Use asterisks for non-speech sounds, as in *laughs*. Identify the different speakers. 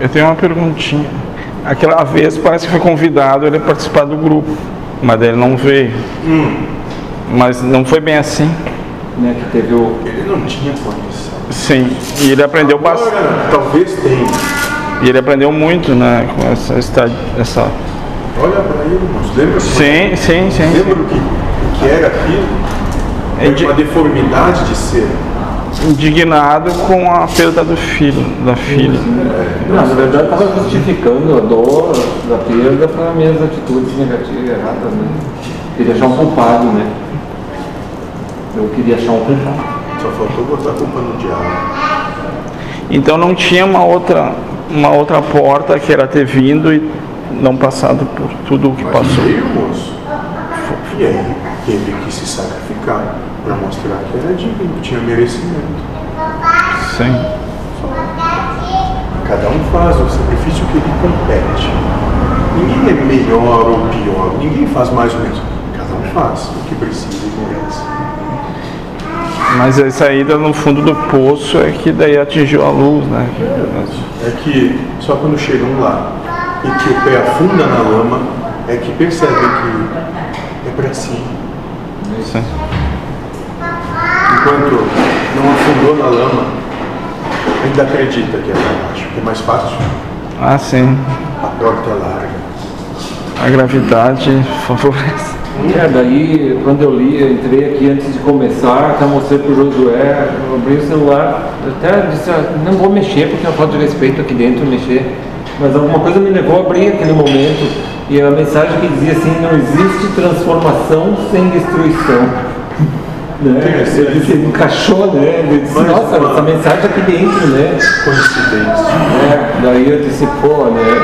Speaker 1: Eu tenho uma perguntinha. Aquela vez parece que foi convidado ele a participar do grupo, mas ele não veio. Mas não foi bem assim.
Speaker 2: né, que teve o...
Speaker 3: Ele não tinha condição.
Speaker 1: Sim. E ele aprendeu bastante.
Speaker 3: Agora, talvez tenha.
Speaker 1: E ele aprendeu muito, né? Com essa, esta- essa...
Speaker 3: Olha pra ele, irmãos. Lembra?
Speaker 1: Sim, sim, sim.
Speaker 3: Lembra o que, o que era aquilo?
Speaker 1: É
Speaker 3: Foi
Speaker 1: de-
Speaker 3: uma deformidade de ser.
Speaker 1: Indignado com a perda do filho, da filha.
Speaker 2: Não, na verdade estava justificando a dor da perda para minhas atitudes negativas erradas, né? Queria achar um culpado, né? Eu queria achar um culpado.
Speaker 3: Só faltou botar a culpa no diabo.
Speaker 1: Então não tinha uma outra, uma outra porta que era ter vindo e não passado por tudo o que
Speaker 3: Mas
Speaker 1: passou.
Speaker 3: veio, moço. E aí, teve que se sacrificar pra mostrar que era digno, tinha merecimento.
Speaker 1: Sim.
Speaker 3: Cada um faz o sacrifício que lhe compete. Ninguém é melhor ou pior, ninguém faz mais ou menos. Cada um faz o que precisa e merece.
Speaker 1: Mas a saída no fundo do poço é que daí atingiu a luz, né?
Speaker 3: É que só quando chegam lá e que o pé afunda na lama é que percebem que é pra si.
Speaker 1: Sim.
Speaker 3: Enquanto não afundou na lama, ainda acredita que é pra baixo, que é mais fácil.
Speaker 1: Ah, sim.
Speaker 3: A porta é larga.
Speaker 1: A gravidade favorece.
Speaker 2: É, daí quando eu li, eu entrei aqui antes de começar, até mostrei pro Josué, eu abri o celular, eu até disse, ah, não vou mexer porque é uma falta de respeito aqui dentro mexer. Mas alguma coisa me levou a abrir aquele momento e a mensagem que dizia assim, não existe transformação sem destruição. *laughs* Né?
Speaker 3: Interessante.
Speaker 2: Ele se encaixou, né? Ele disse,
Speaker 3: Mas,
Speaker 2: nossa, tá
Speaker 3: mano.
Speaker 2: essa mensagem aqui dentro, né?
Speaker 3: Coincidência.
Speaker 2: É, daí eu disse, pô, né?